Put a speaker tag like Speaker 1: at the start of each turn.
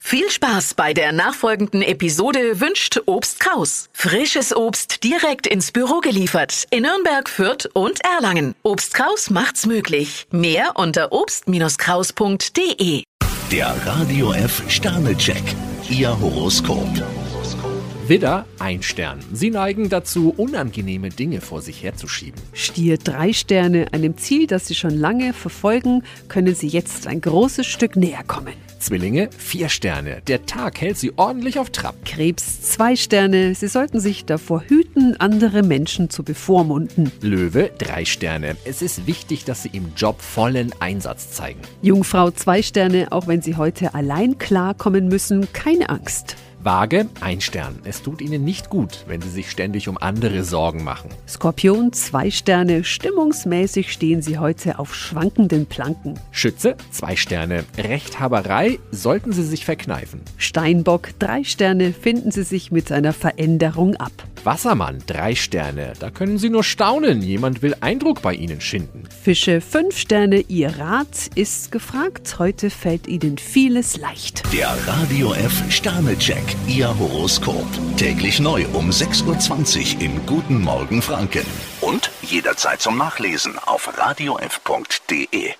Speaker 1: Viel Spaß bei der nachfolgenden Episode wünscht Obst Kraus. Frisches Obst direkt ins Büro geliefert in Nürnberg, Fürth und Erlangen. Obst Kraus macht's möglich. Mehr unter obst-kraus.de.
Speaker 2: Der Radio F Sternecheck. Ihr Horoskop.
Speaker 3: Widder, ein Stern. Sie neigen dazu, unangenehme Dinge vor sich herzuschieben.
Speaker 4: Stier drei Sterne, einem Ziel, das Sie schon lange verfolgen, können Sie jetzt ein großes Stück näher kommen.
Speaker 3: Zwillinge, vier Sterne. Der Tag hält sie ordentlich auf Trab.
Speaker 4: Krebs zwei Sterne, Sie sollten sich davor hüten, andere Menschen zu bevormunden.
Speaker 3: Löwe, drei Sterne. Es ist wichtig, dass sie im Job vollen Einsatz zeigen.
Speaker 4: Jungfrau zwei Sterne, auch wenn Sie heute allein klarkommen müssen, keine Angst.
Speaker 3: Waage, ein Stern. Es tut ihnen nicht gut, wenn sie sich ständig um andere Sorgen machen.
Speaker 4: Skorpion zwei Sterne, stimmungsmäßig stehen Sie heute auf schwankenden Planken.
Speaker 3: Schütze, zwei Sterne. Rechthaberei sollten sie sich verkneifen.
Speaker 4: Steinbock drei Sterne, finden Sie sich mit einer Veränderung ab.
Speaker 3: Wassermann, drei Sterne. Da können sie nur staunen. Jemand will Eindruck bei ihnen schinden.
Speaker 4: Fische fünf Sterne, Ihr Rat ist gefragt, heute fällt Ihnen vieles leicht.
Speaker 2: Der Radio F Sternecheck. Ihr Horoskop. Täglich neu um 6.20 Uhr im Guten Morgen Franken. Und jederzeit zum Nachlesen auf radiof.de.